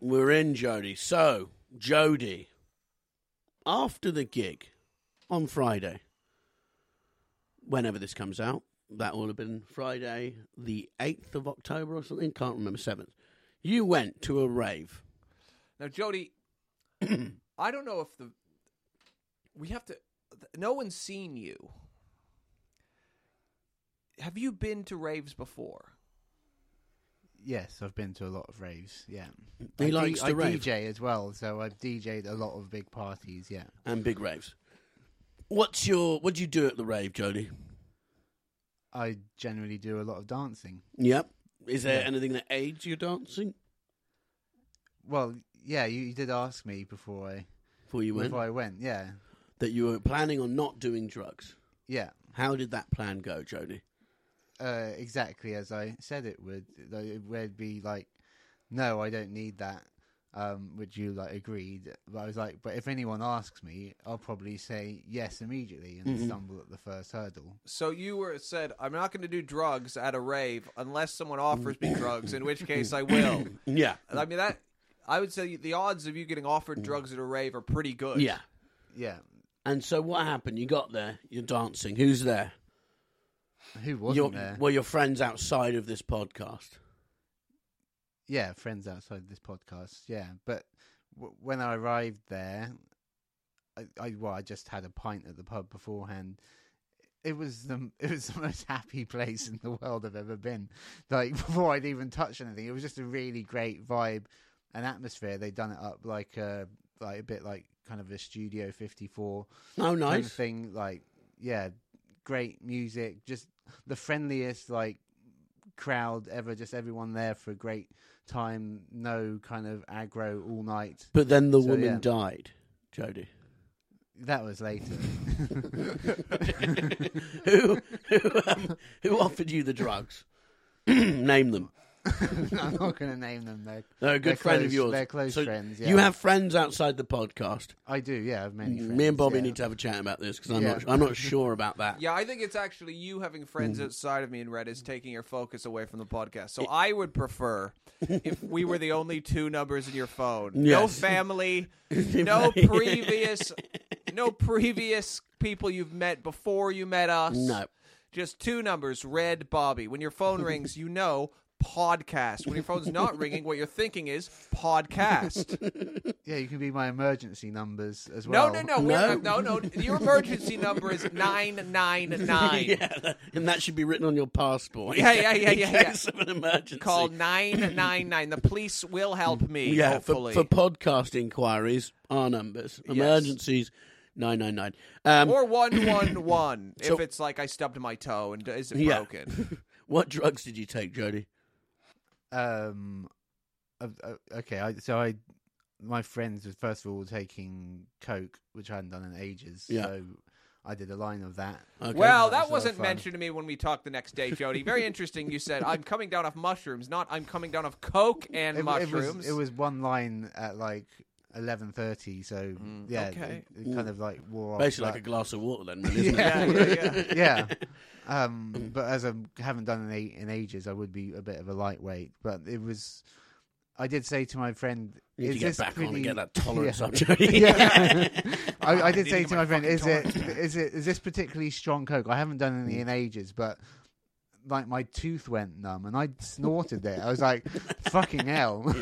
We're in Jody. So, Jody, after the gig on Friday, whenever this comes out, that will have been Friday, the 8th of October or something, can't remember, 7th. You went to a rave. Now, Jody, I don't know if the we have to. th- No one's seen you. Have you been to raves before? Yes, I've been to a lot of raves. Yeah, He I D- likes to I rave. DJ as well, so I've DJed a lot of big parties. Yeah, and big raves. What's your what do you do at the rave, Jody? I generally do a lot of dancing. Yep. Is there Yeah. anything that aids your dancing Well, yeah, you, you did ask me before I before you went before I went. Yeah, that you were planning on not doing drugs? yeah, How did that plan go, Jody? uh, exactly as I said it would. Though It would be like, no, I don't need that. Um, which you like agreed, but I was like, but if anyone asks me, I'll probably say yes immediately and Mm-hmm. stumble at the first hurdle. So you were said I'm not going to do drugs at a rave unless someone offers me drugs, in which case I will. Yeah. I mean that I would say the odds of you getting offered drugs at a rave are pretty good. Yeah. Yeah, And so what happened? You got there, you're dancing. Who's there? who wasn't your, there? Well, your friends outside of this podcast. yeah, friends outside this podcast. Yeah, but w- when I arrived there, I, I well, I just had a pint at the pub beforehand. It was the it was the most happy place in the world I've ever been. Like before I'd even touched anything, it was just a really great vibe and atmosphere. They'd done it up like a like a bit like kind of a Studio Fifty Four Oh, kind of nice. thing. Like, yeah, great music, just the friendliest like crowd ever. Just everyone there for a great time. No kind of aggro all night. But then the So, woman yeah. died, Jody. That was later. who who, um, who offered you the drugs? Name them. I'm not going to name them. They're, They're a good they're friend of close- yours. They're close So friends. Yeah. You have friends outside the podcast. I do. Yeah, I have many friends. Me and Bobby yeah. need to have a chat about this because I'm Yeah. not. I'm not sure about that. Yeah, I think it's actually you having friends outside of me and Red is taking your focus away from the podcast. So I would prefer if we were the only two numbers in your phone. No Yes. family, no previous no previous people you've met before you met us. No. Just two numbers, Red Bobby. When your phone rings, you know podcast. When your phone's not ringing, what you're thinking is podcast. Yeah, you can be my emergency numbers as No, well. no, no, we're No. Not, no, no. Your emergency number is nine nine nine. Yeah, and that should be written on your passport. Yeah, yeah, yeah, in yeah, yeah. case of an emergency. Call nine nine nine. The police will help me. yeah, for, hopefully. for podcast inquiries, our numbers, emergencies, nine nine nine. Um, or one one one if So- it's like I stubbed my toe and is it Yeah. broken? what drugs did you take, Jody? um uh, uh, okay I, so i my friends was first of all taking coke which i hadn't done in ages Yeah. Uh, so i did a line of that Okay. Well, That's that not wasn't fun. mentioned to me when we talked the next day, Jody. Very interesting. You said I'm coming down off mushrooms, not I'm coming down off coke and it, it mushrooms. was it was one line at like 11.30 so yeah okay. it, it kind of like wore off Mm, basically but- like a glass of water, then, really, isn't it? uh, yeah, yeah, yeah. yeah. Um, but as I haven't done in, a- in ages, I would be a bit of a lightweight. But it was, I did say to my friend, You need "Is to get this back on pretty- and get that tolerance Yeah. up, Jody. Yeah. I, I need did to say get to my my friend, fucking "Is it is it is this particularly strong coke? I haven't done any in ages, but." Like my tooth went numb and I snorted it. I was like, "Fucking hell!"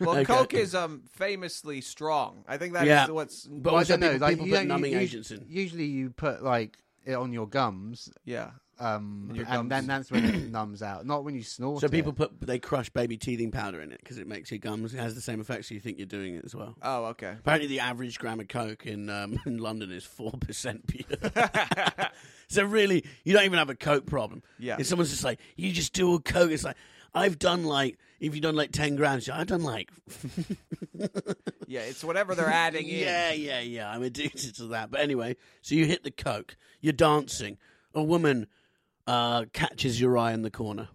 Well, Okay. coke is um famously strong. I think that's Yeah. what's But Well, I also, don't know. people, like, people you put don't- you- numbing you- agents in. Usually, you put like it on your gums, yeah. um, your and gums. then that's when it numbs out. Not when you snort. So people it. put they crush baby teething powder in it because it makes your gums it has the same effect. So you think you're doing it as well. Oh, okay. Apparently, the average gram of coke in um, in London is four percent pure. so really, you don't even have a coke problem. Yeah. If someone's just like, you just do all coke, it's like I've done like if you've done like ten grams, I've done like Yeah, it's whatever they're adding in. yeah, yeah, yeah. I'm addicted to that. But anyway, so you hit the coke, you're dancing, a woman uh, catches your eye in the corner.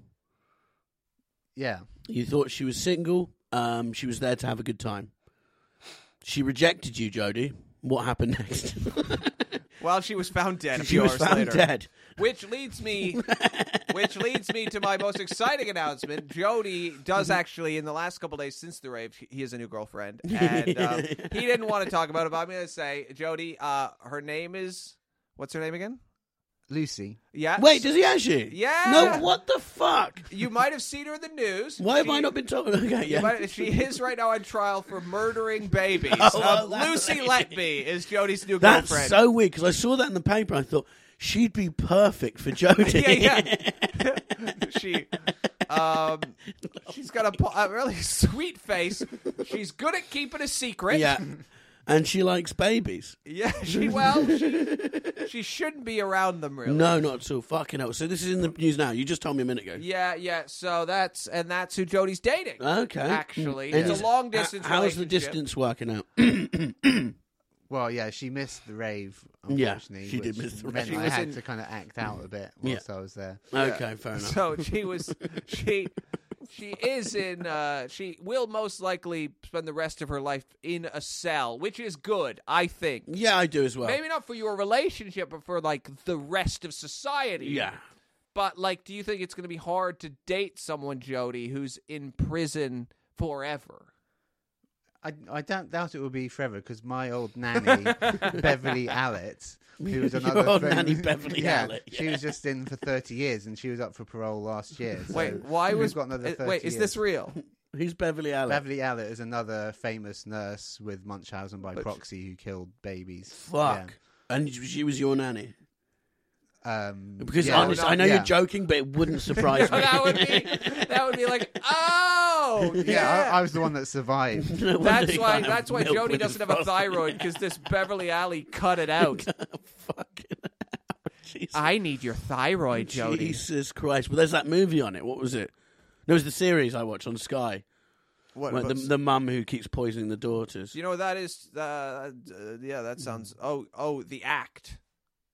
yeah. You thought she was single. Um, she was there to have a good time. She rejected you, Jody. What happened next? Well, she was found dead a She few was hours found later. dead. Which leads me which leads me to my most exciting announcement. Jody does Mm-hmm. actually, in the last couple days since the rave, he has a new girlfriend, and um, he didn't want to talk about it. But I'm going to say, Jody, uh, her name is what's her name again? Lucy. Yeah. Wait, does he actually? Yeah. No, what the fuck? you might have seen her in the news. Why have She- I not been told? Okay, yeah. But she is right now on trial for murdering babies. Oh, well, Um, that's- Lucy Letby is Jody's new That's girlfriend. so weird because I saw that in the paper. I thought she'd be perfect for Jodie. yeah, yeah. she, um, she's got a, po- a really sweet face. She's good at keeping a secret. Yeah. And she likes babies. Yeah, She well, she, she shouldn't be around them really. No, not at all. Fucking hell. So this is in the news now. You just told me a minute ago. Yeah, yeah. So that's and that's who Jody's dating. Okay. Actually, And it's a is- long distance h- How's the relationship. distance working out? Well, yeah, she missed the rave. Yeah, Unfortunately, she did which miss the meant rave. She I was had in- to kind of act out a bit whilst I was there. okay, fair enough. so she was she she is in uh she will most likely spend the rest of her life in a cell, which is good, I think. yeah, I do as well. Maybe not for your relationship, but for like the rest of society. Yeah. But like, do you think it's going to be hard to date someone, Jody, who's in prison forever? I, I don't doubt it will be forever because my old nanny Beverly Allett, who was Your another old friend- nanny, Beverly yeah, Allett, she yeah. was just in for thirty years and she was up for parole last year. so Wait, why we've was got another uh, 30 wait? Is years. this real? Who's Beverly Allen? Beverly Allett is another famous nurse with Munchausen by proxy who killed babies. Fuck. And she was your nanny. Yeah. Um, Because yeah, honestly, I know yeah. you're joking, but it wouldn't surprise me. Oh, that would be that would be like, oh, yeah. Yeah, I, I was the one that survived. No wonder that's you why. can't have That's why milk Jody with doesn't have a frosting. thyroid because this Beverly Alley cut it out. Fucking hell, Jesus. I need your thyroid, Jody. Jesus Christ. Well, there's that movie on it. What was it? No, it was the series I watched on Sky. What, Where the, what's- the mum who keeps poisoning the daughters. You know what that is? Uh, uh, yeah, that sounds. Mm. Oh, oh, the act.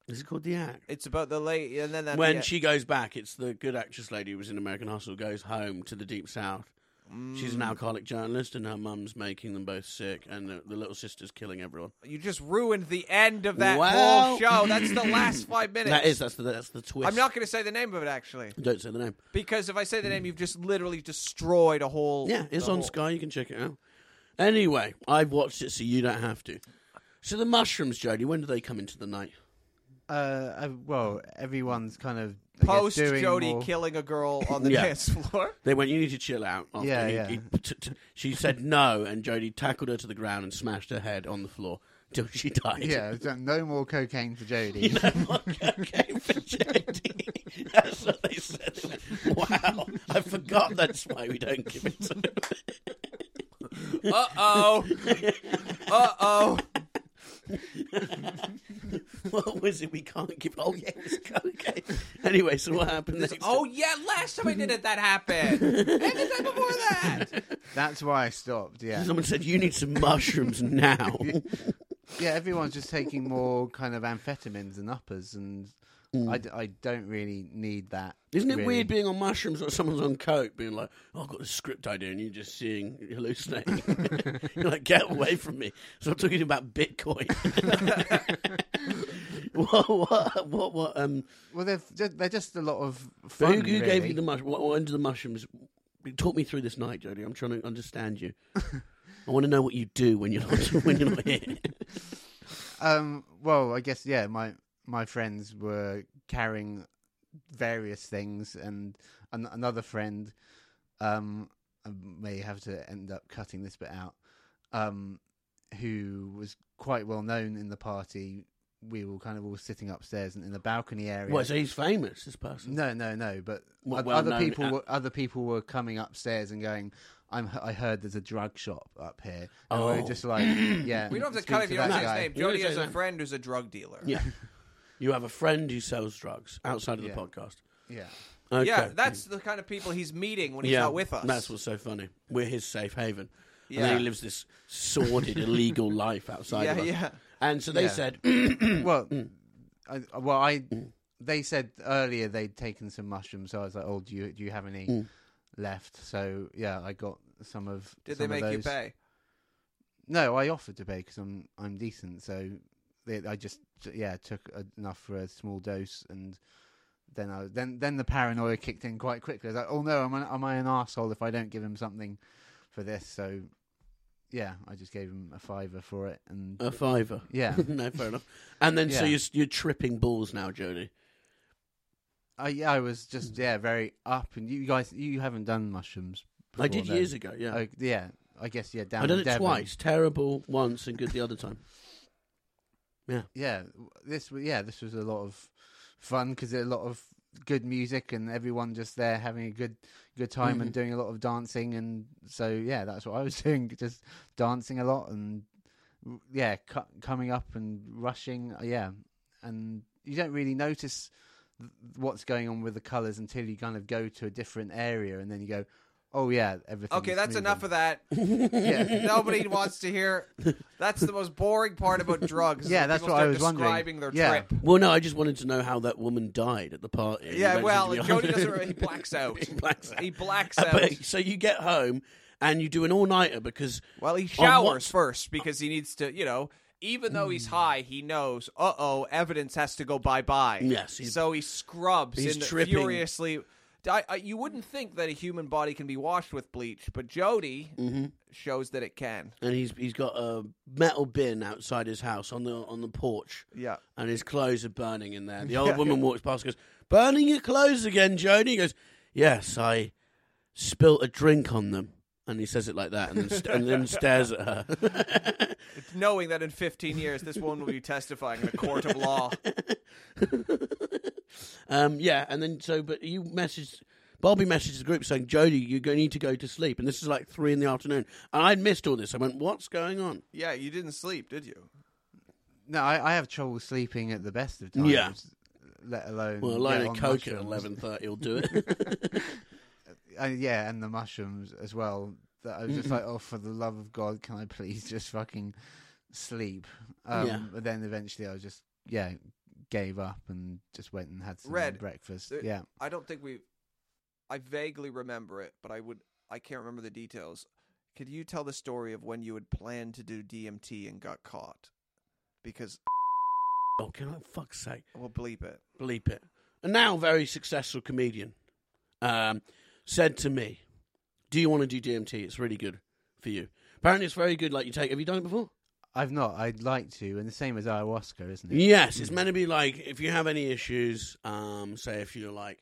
Is it called The Act? It's about the late, and then that when yeah. she goes back, it's the good actress lady who was in American Hustle goes home to the deep south. She's Mm. an alcoholic journalist, and her mum's making them both sick, and the, the little sister's killing everyone. You just ruined the end of that whole Well- show. That's the last five minutes. That is that's the that's the twist. I'm not going to say the name of it actually, Don't say the name. because if I say the name, you've just literally destroyed a whole. Yeah, it's the on whole- Sky. You can check it out. Anyway, I've watched it, so you don't have to. So the mushrooms, Jodie, when do they come into the night? uh, uh, well, everyone's kind of I guess, Post doing Jody more- killing a girl on the Yeah. dance floor. They went, you need to chill out. After Yeah, he- yeah. he- t- t- she said no, and Jodie tackled her to the ground and smashed her head on the floor till she died. Yeah, so no more cocaine for Jody. okay, virginity. That's what they said. They went, Wow, I forgot that's why we don't give it to them. Uh oh. Uh oh. What was it we can't give? Oh, yeah, it was cocaine. Anyway, so what happened next? Oh yeah. Last time I did it, that happened. And the time before that. That's why I stopped. Yeah, Someone said, You need some mushrooms now. yeah. Everyone's just taking more kind of amphetamines and uppers, and I d- I, don't really need that. Mm. Isn't it really. weird being on mushrooms or someone's on coke being like, oh, I've got this script idea and you're just seeing, you're hallucinating? you're like, get away from me. So I'm talking about Bitcoin. what, what, what, what, um, Well, they're just, they're just a lot of who, fun. who gave really. you the mush? What, what under the mushrooms? Talk me through this night, Jody. I'm trying to understand you. I want to know what you do when you're not, when you're not here. Um, well, I guess yeah. My my friends were carrying various things, and an- another friend. Um, I may have to end up cutting this bit out. Um, who was quite well known in the party. We were kind of all sitting upstairs and in the balcony area. Well, so he's famous, this person. No, no, no. But Well- oth- well other known people, at- were, other people were coming upstairs and going. I'm, h- I heard there's a drug shop up here, and we Oh. were just like, yeah. We don't have to speak cut if you that don't say his guy. name. You don't Jody say has his a name. friend who's a drug dealer. Yeah. You have a friend who sells drugs outside of the Yeah. podcast. Yeah. Okay. Yeah, that's the kind of people he's meeting when he's not with us. That's what's so funny. We're his safe haven. And Yeah. then he lives this sordid, illegal life outside Yeah, of us. yeah. And so they Yeah. said, well, Mm. I, well, I they said earlier they'd taken some mushrooms, so I was like, "Oh, do you do you have any Mm. left?" So yeah, I got some of. Did some they of make you those. pay? No, I offered to pay because I'm I'm decent. So it, I just t- yeah took a, enough for a small dose, and then I then then the paranoia kicked in quite quickly. I was like, oh no, am I, am I an asshole if I don't give him something for this? So yeah, I just gave him a fiver for it, and A fiver. yeah, no, fair enough. And then so Yeah. you're you're tripping balls now, Jody. I yeah I was just yeah very up, and you guys you haven't done mushrooms. I did before, years no? ago. Yeah, Oh, yeah, I guess yeah. Down I in did it Devon. twice. Terrible once and good the other time. yeah, this w- yeah, this was a lot of fun because a lot of good music and everyone just there having a good good time and Mm-hmm. Mhm. doing a lot of dancing and so yeah, that's what I was doing, just dancing a lot and yeah, cu- coming up and rushing, uh, yeah, and you don't really notice th- what's going on with the colors until you kind of go to a different area and then you go, oh yeah, everything. Okay, that's enough of that. yeah. Nobody wants to hear. That's the most boring part about drugs. is Yeah, when that's people what I start was wondering. describing their Yeah. trip. Well, no, I just wanted to know how that woman died at the party. Yeah, Eventually, well, to be Jody honest. doesn't really- he blacks out. he blacks out. He blacks Uh, out. but- so you get home and you do an all nighter because Well, he what- Hmm. showers first because he needs to, you know, even though he's high, he knows, uh oh, evidence has to go bye bye. Yes, he- so he scrubs he's and tripping. furiously. I, I, you wouldn't think that a human body can be washed with bleach, but Jody Mm-hmm. shows that it can. and he's he's got a metal bin outside his house on the on the porch. Yeah. and his clothes are burning in there. The old woman walks past and goes, Burning your clothes again, Jody? He goes, Yes, I spilt a drink on them. And he says it like that and then, st- and then stares at her. Knowing that in 15 years, this woman will be testifying in a court of law. um, yeah, and then so, but you messaged. Bobby messaged the group saying, Jody, you go- need to go to sleep. And this is like three in the afternoon. And I'd missed all this. I went, What's going on? Yeah, you didn't sleep, did you? No, I, I have trouble sleeping at the best of times. Yeah. Let alone Well, a get line of on coke at mushrooms. 11.30 will do it. uh, yeah, and the mushrooms as well. That I was just like, oh, for the love of God, can I please just fucking sleep? Um, Yeah. But then eventually, I was just yeah, gave up and just went and had some Red. breakfast. Uh, yeah, I don't think we. I vaguely remember it, but I would. I can't remember the details. Could you tell the story of when you had planned to do DMT and got caught? Because oh, can I fuck's sake. we'll bleep it. bleep it, a now very successful comedian, um, said to me, "Do you want to do DMT? It's really good for you. Apparently, it's very good. Like you take. Have you done it before? I've not. I'd like to, and the same as ayahuasca, isn't it? Yes. It's meant to be like if you have any issues, um, say if you're like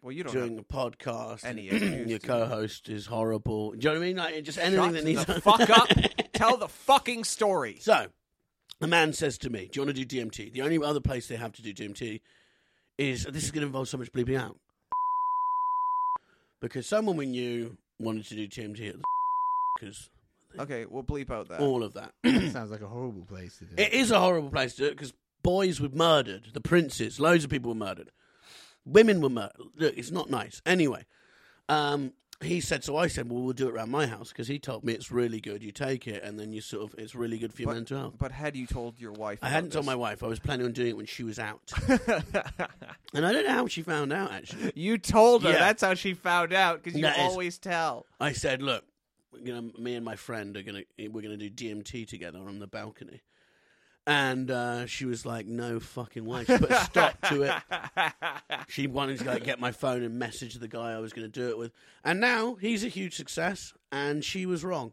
Well, you don't. doing have, a podcast, any and issues, your do you? co-host is horrible. Do you know what I mean? Like just anything shut that needs the fuck up. Tell the fucking story. So, a man says to me, Do you want to do DMT? The only other place they have to do DMT is this is going to involve so much bleeping out. Because someone we knew wanted to do DMT at the because Okay, we'll bleep out that. all of that. That sounds like a horrible place to do. It is a horrible place to do it because boys were murdered, the princes, loads of people were murdered, women were murdered. Look, it's not nice. Anyway, um, he said, so I said, well, we'll do it around my house because he told me it's really good. You take it and then you sort of, it's really good for your But- mental health. But had you told your wife? I about hadn't told my this? wife. I was planning on doing it when she was out, and I don't know how she found out. Actually, you told her. Yeah. That's how she found out. Because you That is- always tell. I said, "Look, we're gonna, me and my friend are gonna we're gonna do DMT together on the balcony," and uh, she was like, "No fucking way!" She put a stop to it. She wanted to like, get my phone and message the guy I was going to do it with, and now he's a huge success, and she was wrong.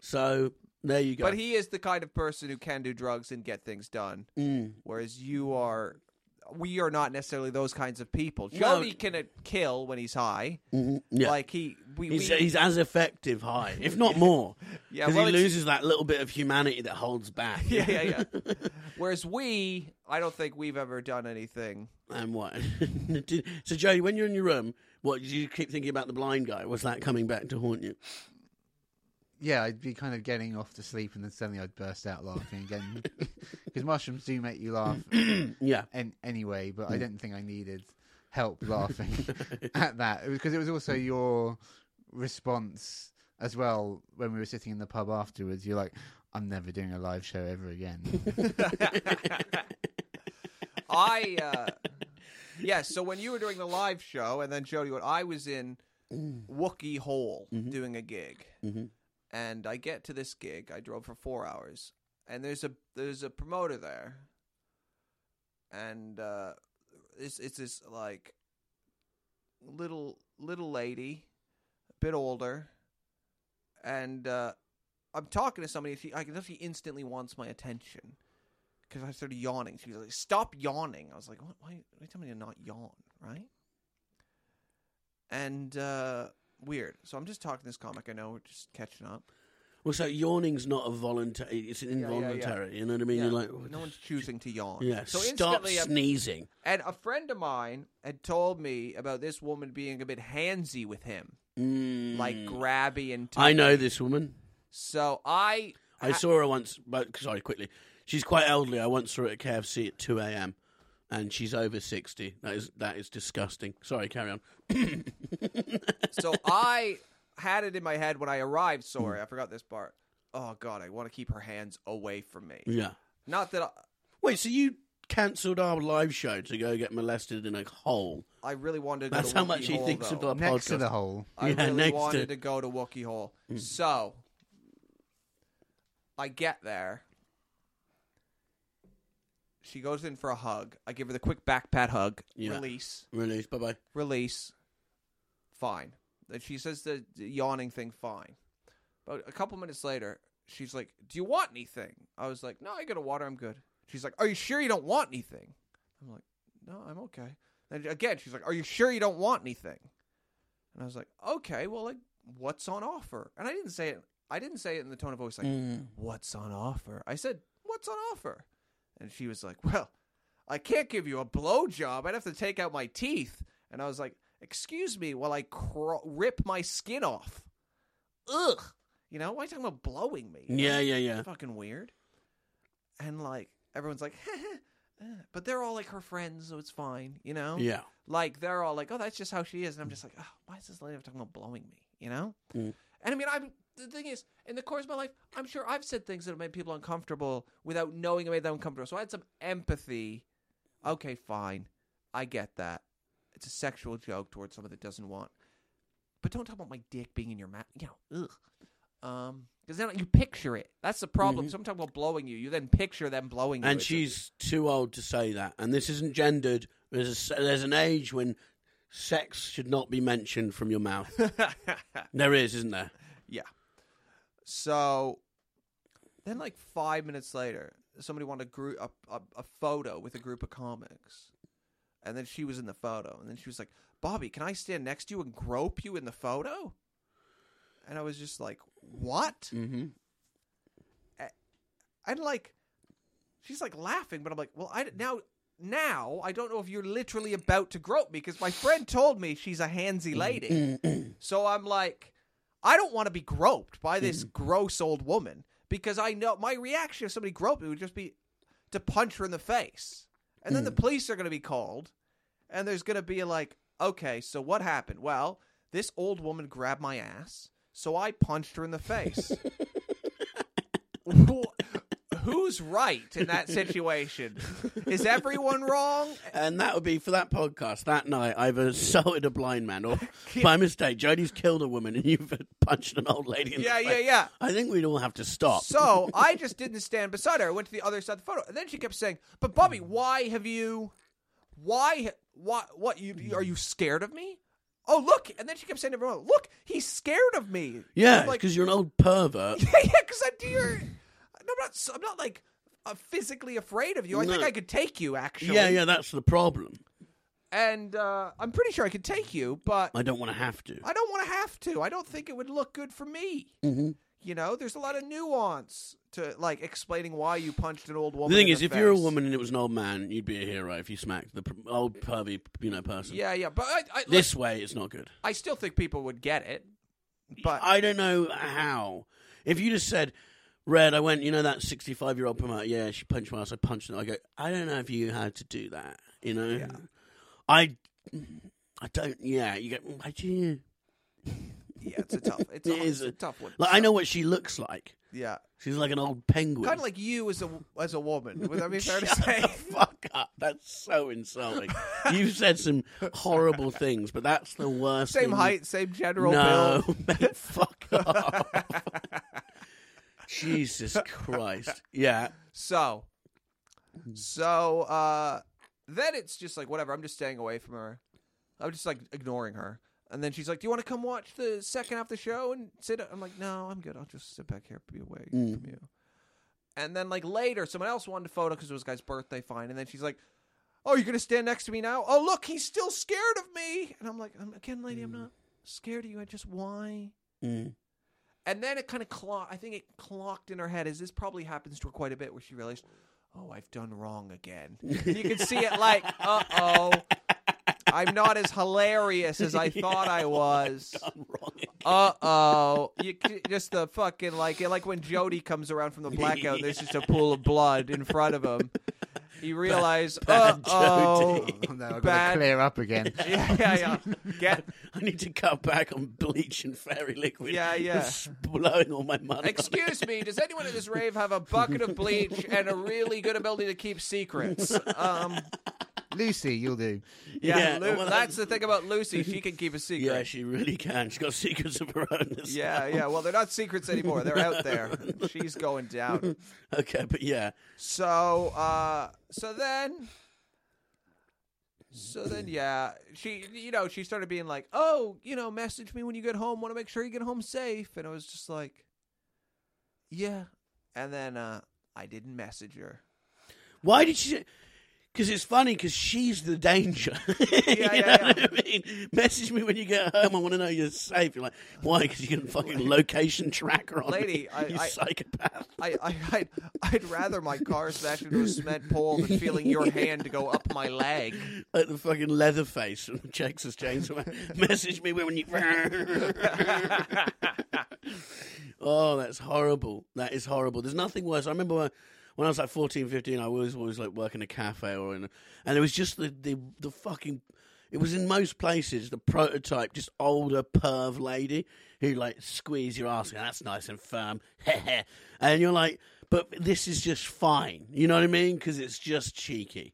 So there you go. But he is the kind of person who can do drugs and get things done. Mm. whereas you are we are not necessarily those kinds of people No. jody can uh, kill when he's high Mhm. yeah. like he we, He's, we- he's as effective high, if not more, Yeah, because well, he it's- loses that little bit of humanity that holds back. yeah yeah yeah whereas we i don't think we've ever done anything And what? Did- so, Joey, when you're in your room, what did you keep thinking about the blind guy? Was that coming back to haunt you? yeah, I'd be kind of getting off to sleep, and then suddenly I'd burst out laughing again because mushrooms do make you laugh Hmm. Yeah. an- anyway, but I didn't think I needed help laughing at that because it was also your response as well when we were sitting in the pub afterwards. You're like, "I'm never doing a live show ever again." i uh yes so when you were doing the live show and then jody when i was in Mm-hmm. wookie hole doing a gig Mhm. and i get to this gig i drove for four hours and there's a there's a promoter there, and uh, it's it's this like little little lady, a bit older, and uh, I'm talking to somebody. She, I can tell she instantly wants my attention because I started yawning. She was like, "Stop yawning." I was like, "What? Why? Why tell me to not yawn?" Right? And uh, weird. So I'm just talking to this comic. I know we're just catching up. Well, so yawning's not a voluntary; it's an yeah, yeah. involuntary. You know what I mean? Yeah, You're like, no one's choosing to yawn. yeah. So Stop instantly, a- sneezing. and a friend of mine had told me about this woman being a bit handsy with him, Mm. like grabby and. I know touchy. this woman. So I. I saw her once, but sorry, quickly. She's quite elderly. I once saw her at KFC at 2 a.m. and she's over 60. That is that is disgusting. Sorry, carry on. so I had it in my head when I arrived. Sorry, I forgot this part. Oh God, I want to keep her hands away from me. Yeah. Not that I, Wait, so you cancelled our live show to go get molested in a hole? I really wanted to go That's to how Wookiee much he Hole, thinks though. of our Next to podcast. the hole. I Yeah, really next wanted to- Hmm. to... go to Wookiee Hole. So I get there. She goes in for a hug. I give her the quick back pat hug. Yeah. Release. Release. Bye bye. Release. Fine. Then She says the the yawning thing, fine. But a couple minutes later, she's like, Do you want anything? I was like, No, I got a water, I'm good. She's like, Are you sure you don't want anything? I'm like, No, I'm okay. Then again, she's like, Are you sure you don't want anything? And I was like, Okay, well, like, what's on offer? And I didn't say it. I didn't say it in the tone of voice like, Mm. What's on offer? I said, What's on offer? And she was like, Well, I can't give you a blowjob. I'd have to take out my teeth. And I was like, Excuse me while I cr- rip my skin off. Ugh. You know, why are you talking about blowing me? Yeah, yeah, yeah. fucking weird. And like everyone's like, uh, but they're all like her friends, so it's fine, you know. Yeah. Like they're all like, oh, that's just how she is, and I'm just like, oh, why is this lady talking about blowing me, you know? Mm. And I mean, I'm the thing is, in the course of my life, I'm sure I've said things that have made people uncomfortable without knowing it made them uncomfortable. So I had some empathy. Okay, fine, I get that. It's a sexual joke towards someone that doesn't want. But don't talk about my dick being in your mouth. You know, ugh. Um, because then you picture it. That's the problem. Mhm. So I'm talking about blowing you. You then picture them blowing you. And It's a- she's too old to say that. And this isn't gendered. There's, a s there's an age when sex should not be mentioned from your mouth. there is, isn't there? so then, like five minutes later, somebody wanted a group a, a, a photo with a group of comics, and then she was in the photo, and then she was like, "Bobby, can I stand next to you and grope you in the photo?" And I was just like, "What?" Mm-hmm. And like, she's like laughing, but I'm like, well, I now now I don't know if you're literally about to grope me because my friend told me she's a handsy lady. so I'm like, I don't want to be groped by this gross old woman because I know my reaction if somebody groped me would just be to punch her in the face, and then the police are going to be called, and there's going to be like, okay, so what happened? Well, this old woman grabbed my ass, so I punched her in the face. Wh- Who's right in that situation? Is everyone wrong? And that would be for that podcast that night. I've assaulted a blind man, or by mistake, Jody's killed a woman, and you've punched an old lady. In Yeah, the yeah, face. yeah. I think we'd all have to stop. So I just didn't stand beside her. I went to the other side of the photo, and then she kept saying, "But Bobby, Hmm. why have you? Why? ha- Why? What? You Hmm. are you scared of me? Oh, look!" And then she kept saying to everyone, "Look, he's scared of me." yeah, I'm like, because you're an old pervert. yeah, yeah, because I'm dear. I'm not. I'm not like uh, physically afraid of you. I No. think I could take you actually. yeah, yeah, that's the problem. And uh, I'm pretty sure I could take you, but I don't want to have to. I don't want to have to. I don't think it would look good for me. Mhm. You know, there's a lot of nuance to like explaining why you punched an old woman. The thing in is, if face. you're a woman and it was an old man, you'd be a hero if you smacked the pr- old pervy, you know, person. yeah, yeah, but I, I, look, This way, it's not good. I still think people would get it. But I don't know how. If you just said, Red, I went, you know, that 65 year old promoter, yeah, she punched my ass, I punched her. I go, I don't know if you had to do that, you know? I. I don't. Yeah, you go. Why do you? yeah, it's a tough. It's a, It is it's a a- tough one. Like I know what she looks like. Yeah, She's like an old penguin. kind of like you as a as a woman. Would that be fair to Shut say? the fuck up. That's so insulting. You've said some horrible things, but that's the worst. Same thing. height, same general No, build. mate, fuck off. Jesus Christ. Yeah. So, so uh, then it's just like whatever. I'm just staying away from her. I'm just like ignoring her. And then she's like, "Do you want to come watch the second half of the show and sit?" I'm like, "No, I'm good. I'll just sit back here, be away Mm. from you." And then like later, someone else wanted a photo because it was a guy's birthday. Fine. And then she's like, "Oh, you're gonna stand next to me now? Oh, look, he's still scared of me." And I'm like, "I'm- "Again, lady, I'm Mm. not scared of you. I just why." Mm. And then it kind of clocked. I think it clocked in her head. Is this probably happens to her quite a bit, where she realized, "Oh, I've done wrong again." You can see it like, "Uh oh, I'm not as hilarious as I thought I was." I'm wrong. Uh oh, you c- just the fucking like like when Jody comes around from the blackout. There's just a pool of blood in front of him. You realize, uh bad oh, Jody. Oh, no, I've got Bad. to clear up again. yeah, yeah, yeah. Get I need to cut back on bleach and fairy liquid. Yeah, yeah. It's blowing all my money. Excuse me, does anyone at this rave have a bucket of bleach and a really good ability to keep secrets? Um, Lucy, you'll do. yeah, Yeah, Lu- well, that's the thing about Lucy. She can keep a Yeah, secret. she really can. She's got secrets of her own. this Yeah, yeah. Well, they're not secrets anymore. They're out there. She's going down. time. Okay, but yeah. So, uh, so then, so then, yeah, she, you know, she started being like, "Oh, you know, message me when you get home. Want to make sure you get home safe." And I was just like, "Yeah." And then uh, I didn't message her. Why did she? Because it's funny because she's the danger. you know yeah, yeah. what I mean? Message me when you get home. I want to know you're safe. You're like, why? Because you can fucking location tracker on me. Lady, I- you I- psychopath. I, I, I'd, I'd rather my car smash into a cement pole than feeling your hand go up my leg. Like the fucking Leatherface from Texas Chainsaw. Man. Message me when you. oh, that's horrible. That is horrible. There's nothing worse. I remember when, when I was like 14, 15, I was always like working a cafe or in, a, and it was just the, the the fucking. It was in most places the prototype, just older perv lady who like squeeze your ass. And that's nice and firm, and you're like, but this is just fine. You know what I mean? Because it's just cheeky.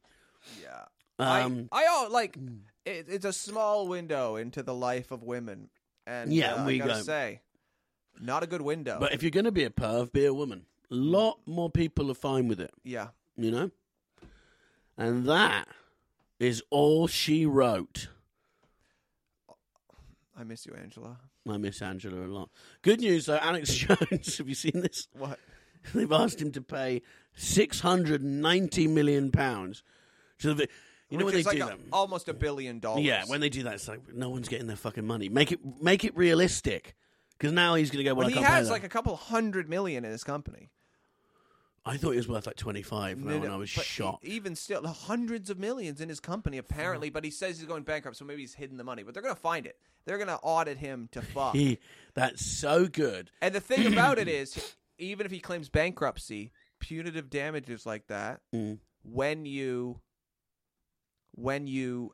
Yeah. Um, I, I all like it, it's a small window into the life of women, and Yeah, uh, we I gotta go- say, not a good window. But if you're going to be a perv, be a woman. A lot more people are fine with it, yeah, you know? And that is all she wrote. I miss you, Angela. I miss Angela a lot. Good news, though, Alex Jones, have you seen this? What? They've asked him to pay £690 million pounds to the. vi- You know when Which they is like do a- Oh, that? almost a billion dollars. Yeah, when they do that, it's like no one's getting their fucking money. Make it make it realistic, because now he's going to go. Well, Well, I he can't has pay like like a couple hundred million in his company. I thought it was worth like twenty five, No, and no, I was but shocked. Mm-hmm. e- Even still, hundreds of millions in his company apparently, but he says he's going bankrupt, so maybe he's hidden the money. But they're gonna find it. They're gonna audit him to fuck. He, that's so good. and the thing about it is, even if he claims bankruptcy, punitive damages like that, Mm. when you, when you,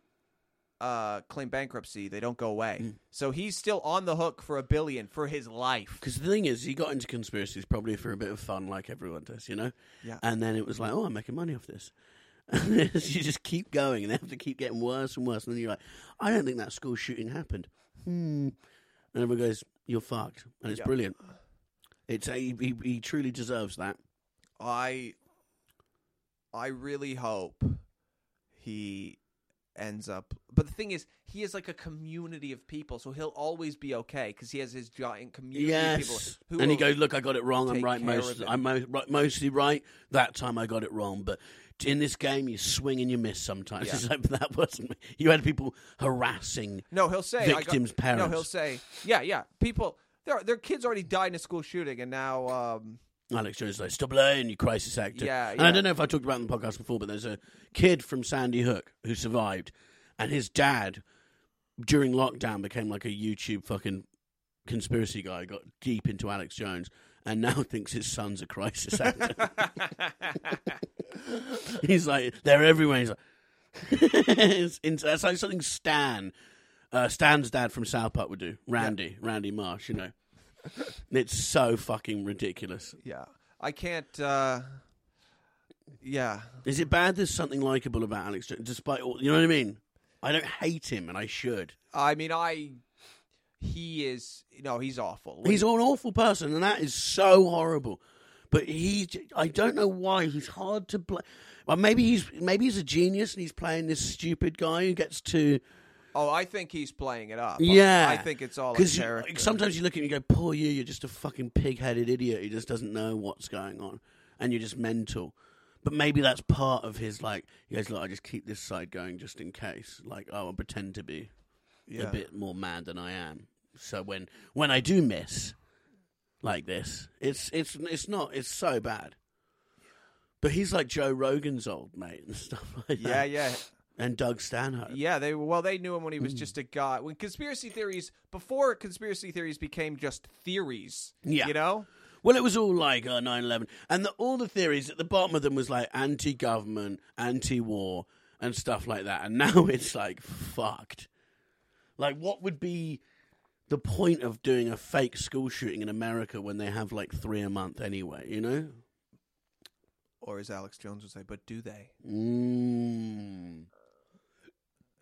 uh, claim bankruptcy, they don't go away. Mm. So he's still on the hook for a billion for his life. Because the thing is, he got into conspiracies probably for a bit of fun, like everyone does, you know. Yeah. And then it was like, oh, I'm making money off this. And then you just keep going, and they have to keep getting worse and worse. And then you're like, I don't think that school shooting happened. Hmm. And everyone goes, you're fucked, and it's Yeah. brilliant. It's a, he, he truly deserves that. I I really hope he ends up but the thing is he is like a community of people so he'll always be okay because he has his giant community of people Yes. who and he will- goes, look, I got it wrong. I'm take right. care Most of it. I'm mo- right- mostly right. That time I got it wrong. But t- in this game, you swing and you miss sometimes. Yeah. It's like, that wasn't me. You had people harassing no he'll say victims' I got, no parents. he'll say yeah yeah people their their kids already died in a school shooting and now um Alex Jones is like, stop lying, you crisis actor. Yeah, and I yeah. don't know if I talked about it in the podcast before, but there's a kid from Sandy Hook who survived, and his dad, during lockdown, became like a YouTube fucking conspiracy guy, got deep into Alex Jones, and now thinks his son's a crisis actor. He's like, they're everywhere. He's like, it's, it's, that's like something Stan, uh, Stan's dad from South Park would do, Randy, Randy Marsh, you know. It's so fucking ridiculous. yeah I can't uh yeah Is it bad there's something likable about Alex Jones, despite all, you know what I mean? I don't hate him, and I should. I mean I he is no he's awful He's an awful person, and that is so horrible. But he, I don't know why he's hard to play. Well, maybe he's maybe he's a genius and he's playing this stupid guy who gets to Oh, I think he's playing it up. yeah. I think it's all a because character. sometimes you look at it and you go, "Poor you, you're just a fucking pig-headed idiot who just doesn't know what's going on, and you're just mental." But maybe that's part of his like. He goes, "Look, I just keep this side going just in case. Like, oh, I'll pretend to be yeah. a bit more mad than I am. So when when I do miss like this, it's it's it's not it's so bad. But he's like Joe Rogan's old mate and stuff like yeah, that. yeah, And Doug Stanhope. yeah. They well, they knew him when he Hmm. was just a guy. When conspiracy theories before conspiracy theories became just theories. Yeah. you know. Well, it was all like uh, 9-11. And the, all the theories at the bottom of them was like anti-government, anti-war, and stuff like that. And now it's like fucked. Like, what would be the point of doing a fake school shooting in America when they have like three a month anyway? You know. Or as Alex Jones would say, but do they? Mm,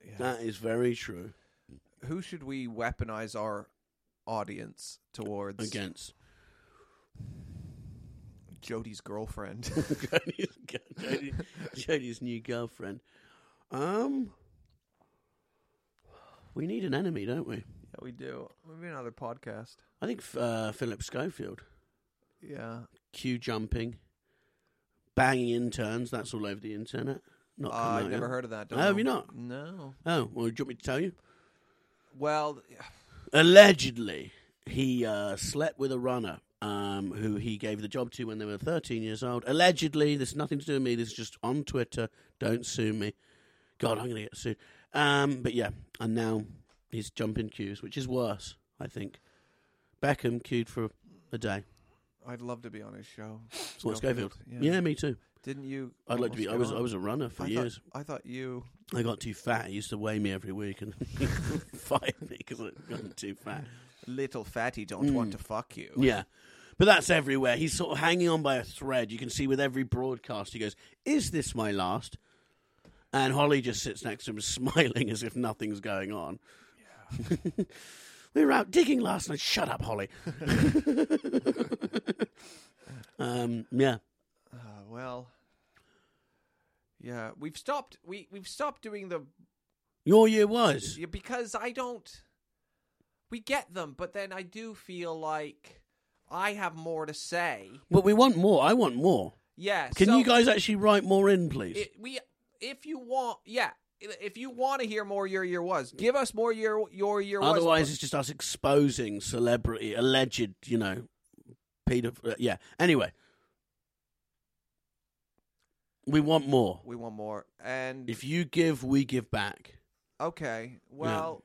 Yeah. that is very true. Who should we weaponize our audience towards? Against Jody's girlfriend. Jodie's, Jodie- Jodie's new girlfriend. Um, we need an enemy, don't we? yeah, we do. Maybe another podcast. I think uh, Philip Schofield, Yeah. Q jumping, banging interns. That's all over the internet. Not Uh, come out I've yet. never heard of that. Don't Oh, have know. you not? No. Oh, well, do you want me to tell you? Well, Allegedly, he uh, slept with a runner um, who he gave the job to when they were 13 years old. Allegedly, this is nothing to do with me. This is just on Twitter. Don't sue me. God, I'm going to get sued. Um, but yeah, and now he's jumping queues, which is worse, I think. Beckham queued for a day. I'd love to be on his show. What, Schofield? Yeah. me too. Didn't you? I'd like to be. I was. almost I get on? was a runner for I thought- years. I thought you. I got too fat. He used to weigh me every week and fight me because I got too fat. little fatty don't want Hmm. to fuck you. Yeah. But that's everywhere. He's sort of hanging on by a thread. You can see with every broadcast, he goes, Is this my last? And Holly just sits next to him, smiling as if nothing's going on. we were out digging last night. Shut up, Holly. um, yeah. Uh, well, yeah, we've stopped. We we've stopped doing the Your year was. yeah, because I don't. We get them, but then I do feel like I have more to say. But we want more. I want more. Yeah. Can so you guys actually write more in, please? It, we if you want, yeah. If you want to hear more, your year was give us more. Your your year was. Otherwise, it's just us exposing celebrity, alleged, you know, pedoph- uh, Yeah. Anyway, we want more. we want more. And If you give, we give back. okay, well,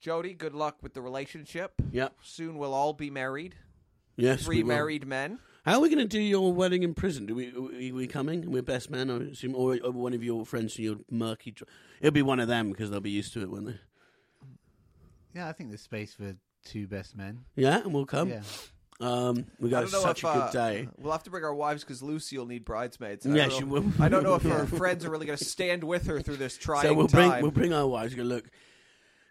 Jody, good luck with the relationship. Yep. Soon we'll all be married. Yes. Three we will. married men. How are we going to do your wedding in prison? Do we we, we coming? We're best men, I assume, or, or one of your friends from your murky. Dr- It'll be one of them because they'll be used to it, won't they? Yeah, I think there's space for two best men. Yeah, and we'll come. yeah. Um, we I got don't know such if, a good uh, day. We'll have to bring our wives because Lucy will need bridesmaids. and I Yeah, don't she know- will. I don't know if her friends are really going to stand with her through this trying So we'll time. bring we'll bring our wives. Go look.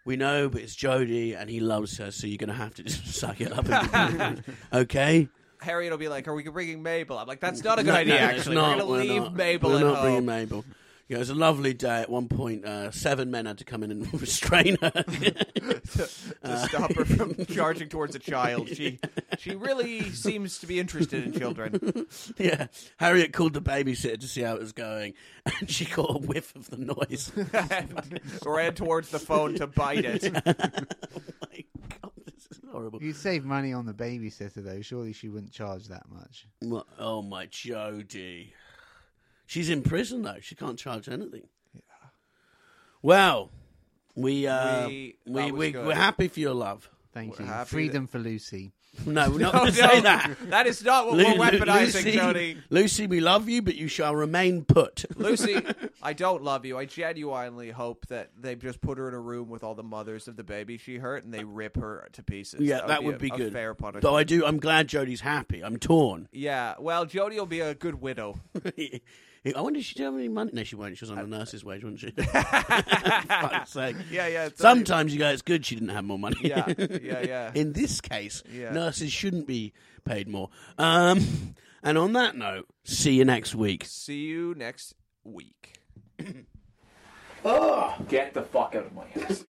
We know, but it's Jody, and he loves her, so you're going to have to just suck it up. And be- okay. Harriet will be like, "Are we bringing Mabel?" I'm like, "That's not a good No, idea. no, it's actually, not. we're going to We're leave not- Mabel We're at not home." bringing Mabel. You know, it was a lovely day. At one point, uh, seven men had to come in and restrain her. to Uh, stop her from charging towards a child. She she really seems to be interested in children. yeah, Harriet called the babysitter to see how it was going, and she caught a whiff of the noise. and ran towards the phone to bite it. oh my god, this is horrible. You save money on the babysitter though. Surely she wouldn't charge that much. Well, Oh my Jody. She's in prison though. She can't charge anything. Well, we uh, We- we, that we, was we good. are happy for your love. Thank We're you. happy Freedom for Lucy. No, we're not No, going to no, say that. That is not what Lu- we're Lu- weaponizing, Lucy, Jody. Lucy, we love you, but you shall remain put. Lucy, I don't love you. I genuinely hope that they just put her in a room with all the mothers of the baby she hurt and they rip her to pieces. yeah, that would a- be, Oh, a good. fair punishment. Though I do, I'm glad Jody's happy. I'm torn. yeah, well, Jody will be a good widow. I wonder if she did have any money. No, she won't. She was on a nurse's wage, wasn't she? Fuck's sake. Yeah, yeah. it's only- Sometimes you go, it's good she didn't have more money. Yeah, yeah, yeah. In this case, Yeah. nurses shouldn't be paid more. Um, and on that note, see you next week. See you next week. Get the fuck out of my house.